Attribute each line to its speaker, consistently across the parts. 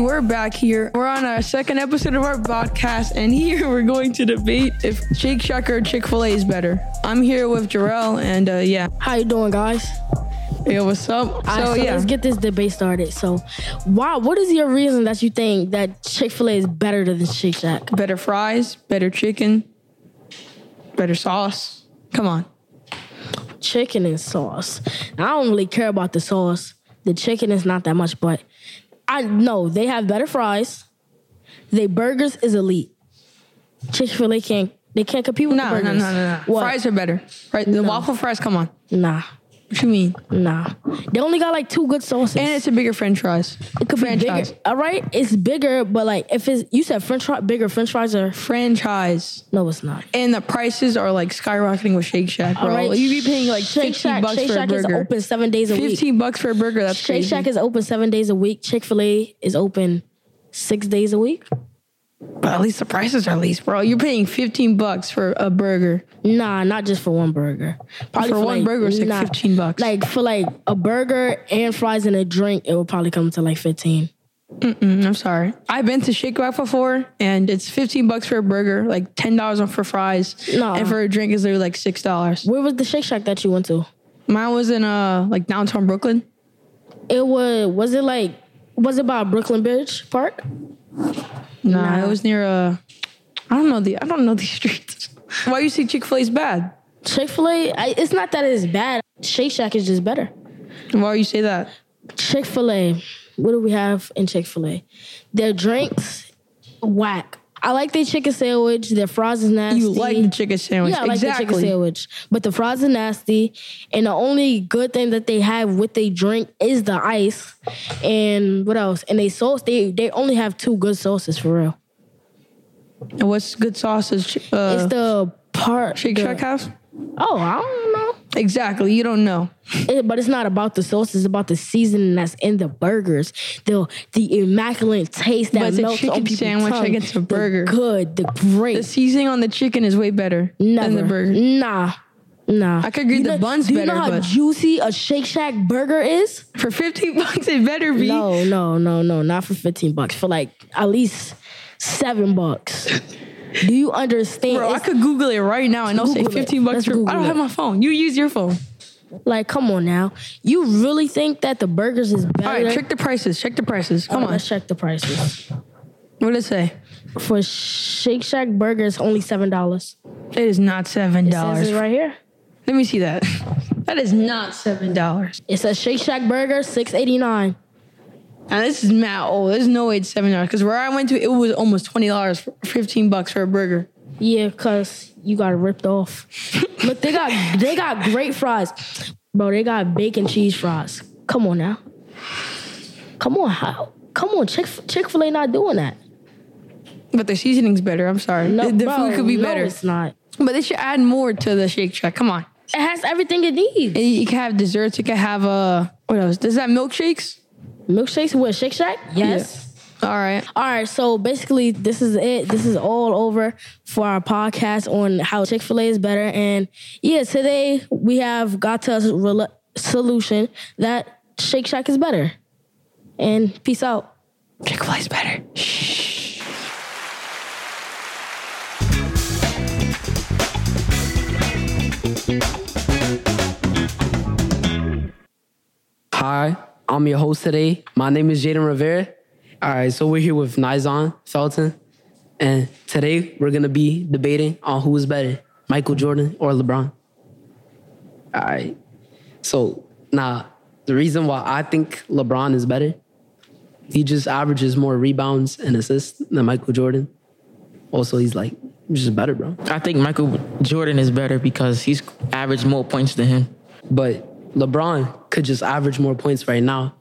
Speaker 1: we're back here. We're on our second episode of our podcast, and here we're going to debate if Shake Shack or Chick Fil A is better. I'm here with Jarrell, and uh, yeah,
Speaker 2: How you doing, guys?
Speaker 1: yo, what's up?
Speaker 2: All right,
Speaker 1: So yeah,
Speaker 2: let's get this debate started. So, why? What is your reason that you think that Chick Fil A is better than Shake Shack?
Speaker 1: better fries, better chicken, better sauce. Come on,
Speaker 2: Chicken and sauce. I don't really care about the sauce. The chicken is not that much, but I know they have better fries. They burgers is elite. Chick Fil A can't. They can't compete with
Speaker 1: no,
Speaker 2: the
Speaker 1: no, no,
Speaker 2: burgers.
Speaker 1: no, no.
Speaker 2: What?
Speaker 1: Fries are better, right? The waffle fries. Come on,
Speaker 2: Nah,
Speaker 1: what you mean?
Speaker 2: nah. They only got like two good sauces.
Speaker 1: And it's a bigger French fries.
Speaker 2: it could be bigger.
Speaker 1: franchise.
Speaker 2: All right, it's bigger, but like if it's you said French fry, bigger French fries are
Speaker 1: Franchise.
Speaker 2: no, it's not.
Speaker 1: and the prices are like skyrocketing with Shake Shack, bro.
Speaker 2: All right,
Speaker 1: You be paying like
Speaker 2: Shake
Speaker 1: 50
Speaker 2: Shack,
Speaker 1: bucks
Speaker 2: Shake
Speaker 1: for
Speaker 2: Shack
Speaker 1: a burger.
Speaker 2: is open seven days a week.
Speaker 1: 15 bucks for a burger. That's
Speaker 2: Shake
Speaker 1: crazy.
Speaker 2: Shack is open seven days a week. Chick Fil A is open six days a week.
Speaker 1: but at least the prices are least, bro. You're paying 15 bucks for a burger.
Speaker 2: Nah, not just for one burger. Probably
Speaker 1: For one burger, it's like 15 bucks.
Speaker 2: Like for like a burger and fries and a drink, it would probably come to like fifteen.
Speaker 1: Mm, I'm sorry. I've been to Shake Shack before, and it's 15 bucks for a burger, like $10 on for fries,
Speaker 2: Nah.
Speaker 1: and for a drink is literally like $6.
Speaker 2: Where was the Shake Shack that you went to?
Speaker 1: Mine was in uh like downtown Brooklyn.
Speaker 2: It was was it like was it by Brooklyn Bridge Park?
Speaker 1: Nah,
Speaker 2: Nah.
Speaker 1: it was near uh I don't know the I don't know these streets. Why you say Chick Fil A's bad?
Speaker 2: Chick Fil A, I- it's not that it's bad. Shake Shack is just better.
Speaker 1: Why you say that?
Speaker 2: Chick fil A. What do we have in Chick fil A? Their drinks, whack. I like their chicken sandwich. Their fries is nasty.
Speaker 1: You like the chicken sandwich?
Speaker 2: Yeah, I like
Speaker 1: exactly.
Speaker 2: the chicken sandwich. But the fries are nasty. And the only good thing that they have with they drink is the ice. And what else? And they sauce, they they only have two good sauces for real.
Speaker 1: And what's good sauce is chi- uh,
Speaker 2: it's the part
Speaker 1: Shake
Speaker 2: the-
Speaker 1: Shack house?
Speaker 2: Oh, I don't know.
Speaker 1: Exactly. You don't know.
Speaker 2: It- but it's not about the sauce. It's about the seasoning that's in the burgers. The the immaculate taste that
Speaker 1: But it's a
Speaker 2: melts on
Speaker 1: chicken
Speaker 2: people's
Speaker 1: sandwich
Speaker 2: tongue.
Speaker 1: against a burger.
Speaker 2: The good, the great.
Speaker 1: The seasoning on the chicken is way better
Speaker 2: never.
Speaker 1: than the burger.
Speaker 2: Nah, nah.
Speaker 1: I could agree the bun's
Speaker 2: do you
Speaker 1: better,
Speaker 2: know how
Speaker 1: but-
Speaker 2: juicy a Shake Shack burger is?
Speaker 1: For 50 bucks, it better be.
Speaker 2: No, no, no, no. Not for fifteen bucks. For like at least seven bucks. do you understand?
Speaker 1: Bro, I
Speaker 2: It's-
Speaker 1: could Google it right now and I'll say
Speaker 2: Google it.
Speaker 1: 15 bucks
Speaker 2: Let's
Speaker 1: for. I
Speaker 2: Google
Speaker 1: don't
Speaker 2: it.
Speaker 1: have my phone. You use your phone.
Speaker 2: like, come on now. You really think that the burgers is better?
Speaker 1: All right, check the prices. Check the prices. Come on.
Speaker 2: Let's check the prices.
Speaker 1: What did it say?
Speaker 2: For Shake Shack burgers, only seven dollars.
Speaker 1: It is not $7.
Speaker 2: Says it right here.
Speaker 1: Let me see that. That is not $7.
Speaker 2: It says Shake Shack burger six eighty nine.
Speaker 1: Now, this is mad old. There's no way it's $7. Because where I went to, it was almost $20 for 15 bucks for a burger.
Speaker 2: Yeah, cause you got ripped off. Look, they got they got great fries, bro. They got bacon cheese fries. Come on now. Come on, how? Come on, Chick Chick Fil A not doing that.
Speaker 1: But the seasoning's better. I'm sorry.
Speaker 2: No,
Speaker 1: the the
Speaker 2: bro,
Speaker 1: food could be
Speaker 2: no,
Speaker 1: better.
Speaker 2: It's not.
Speaker 1: But they should add more to the Shake Shack. Come on.
Speaker 2: It has everything it needs.
Speaker 1: And You can have desserts. You can have uh, what else? Does that milkshakes?
Speaker 2: Milkshakes with Shake Shack. Yes.
Speaker 1: All right.
Speaker 2: All right, so basically, this is it. This is all over for our podcast on how Chick fil A is better. And yeah, today we have got to a rela- solution that Shake Shack is better. And peace out.
Speaker 1: Chick Fil A's better. Shh.
Speaker 3: Hi, I'm your host today. My name is Jaden Rivera. All right, so we're here with Nizon Felton, and today we're gonna be debating on who is better, Michael Jordan or LeBron. All right, so now the reason why I think LeBron is better, he just averages more rebounds and assists than Michael Jordan. Also, he's like just better, bro.
Speaker 4: I think Michael Jordan is better because he's averaged more points than him.
Speaker 3: But LeBron could just average more points right now,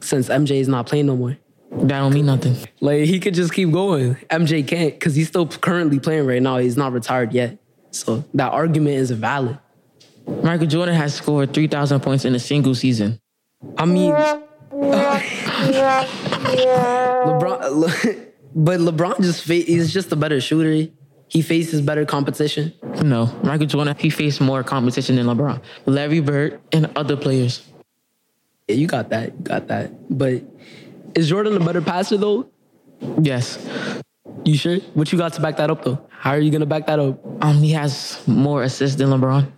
Speaker 3: since MJ is not playing no more.
Speaker 4: That don't mean nothing.
Speaker 3: Like he could just keep going. MJ can't because he's still currently playing right now. He's not retired yet, so that argument is valid.
Speaker 4: Michael Jordan has scored 3,000 points in a single season.
Speaker 3: I mean, LeBron, but LeBron just fa- he's just a better shooter. He faces better competition.
Speaker 4: No, Michael Jordan, he faced more competition than LeBron, Larry Bird, and other players.
Speaker 3: Yeah, you got that. You got that. But Is Jordan a better passer though?
Speaker 4: Yes.
Speaker 3: You sure? What you got to back that up though? How are you gonna back that up?
Speaker 4: Um, he has more assists than LeBron.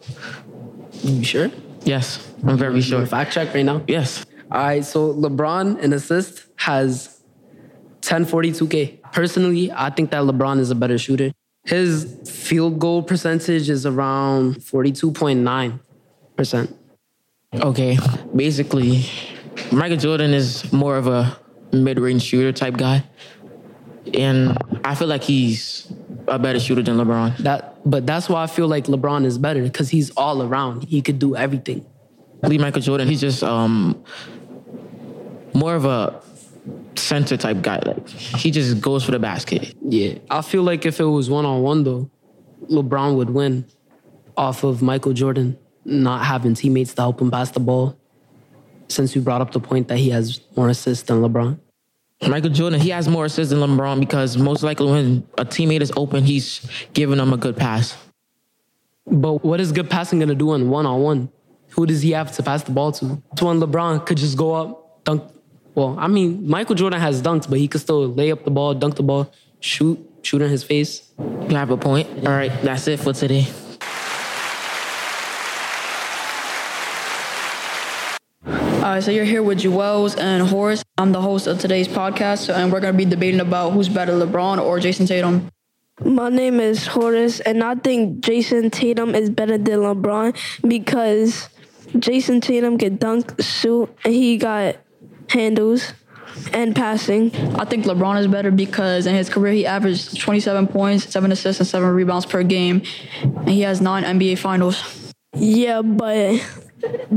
Speaker 3: You sure?
Speaker 4: Yes, I'm very sure.
Speaker 3: Fact check right now.
Speaker 4: Yes.
Speaker 3: All right, so LeBron in assist has 1042K. Personally, I think that LeBron is a better shooter. His field goal percentage is around 42.9%.
Speaker 4: Okay. Basically, Michael Jordan is more of a mid-range shooter type guy, and I feel like he's a better shooter than LeBron.
Speaker 3: That but that's why I feel like LeBron is better cuz he's all around. He could do everything.
Speaker 4: Lee Michael Jordan, he's just um more of a center type guy. Like he just goes for the basket.
Speaker 3: Yeah. I feel like if it was one-on-one though, LeBron would win off of Michael Jordan not having teammates to help him pass the ball. Since you brought up the point that he has more assists than LeBron.
Speaker 4: Michael Jordan, he has more assists than LeBron because most likely when a teammate is open, he's giving them a good pass.
Speaker 3: But what is good passing gonna do on one on one? Who does he have to pass the ball to? It's when LeBron could just go up, dunk. Well, I mean, Michael Jordan has dunks, but he could still lay up the ball, dunk the ball, shoot, shoot in his face.
Speaker 4: You have a point. All right, that's it for today.
Speaker 5: Uh, so you're here with Joels and Horace. I'm the host of today's podcast, so- and we're going to be debating about who's better, LeBron or Jason Tatum.
Speaker 6: My name is Horace, and I think Jason Tatum is better than LeBron because Jason Tatum can dunk, shoot, and he got handles and passing.
Speaker 5: I think LeBron is better because in his career he averaged 27 points, seven assists, and seven rebounds per game, and he has nine NBA Finals.
Speaker 6: Yeah, but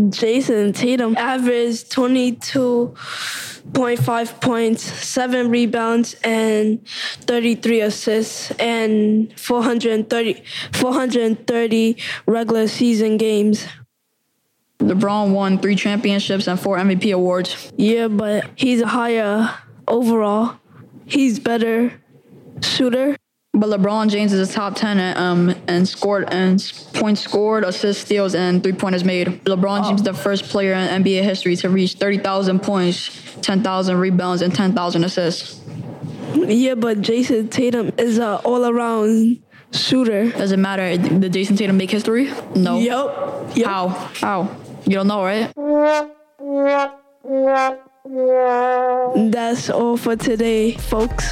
Speaker 6: Jason Tatum averaged 22.5 points, 7 rebounds, and 33 assists, and 430, 430 regular season games.
Speaker 5: LeBron won three championships and four MVP awards.
Speaker 6: Yeah, but he's higher overall. He's better shooter.
Speaker 5: But LeBron James is a top 10 and, um, and scored and s- points scored, assists, steals, and three pointers made. LeBron James is the first player in NBA history to reach 30,000 points, 10,000 rebounds, and 10,000 assists.
Speaker 6: Yeah, but Jason Tatum is a all-around shooter.
Speaker 5: Doesn't matter. Did Jason Tatum make history? No.
Speaker 6: Yup. Yep.
Speaker 5: How? How? You don't know, right?
Speaker 6: That's all for today, folks.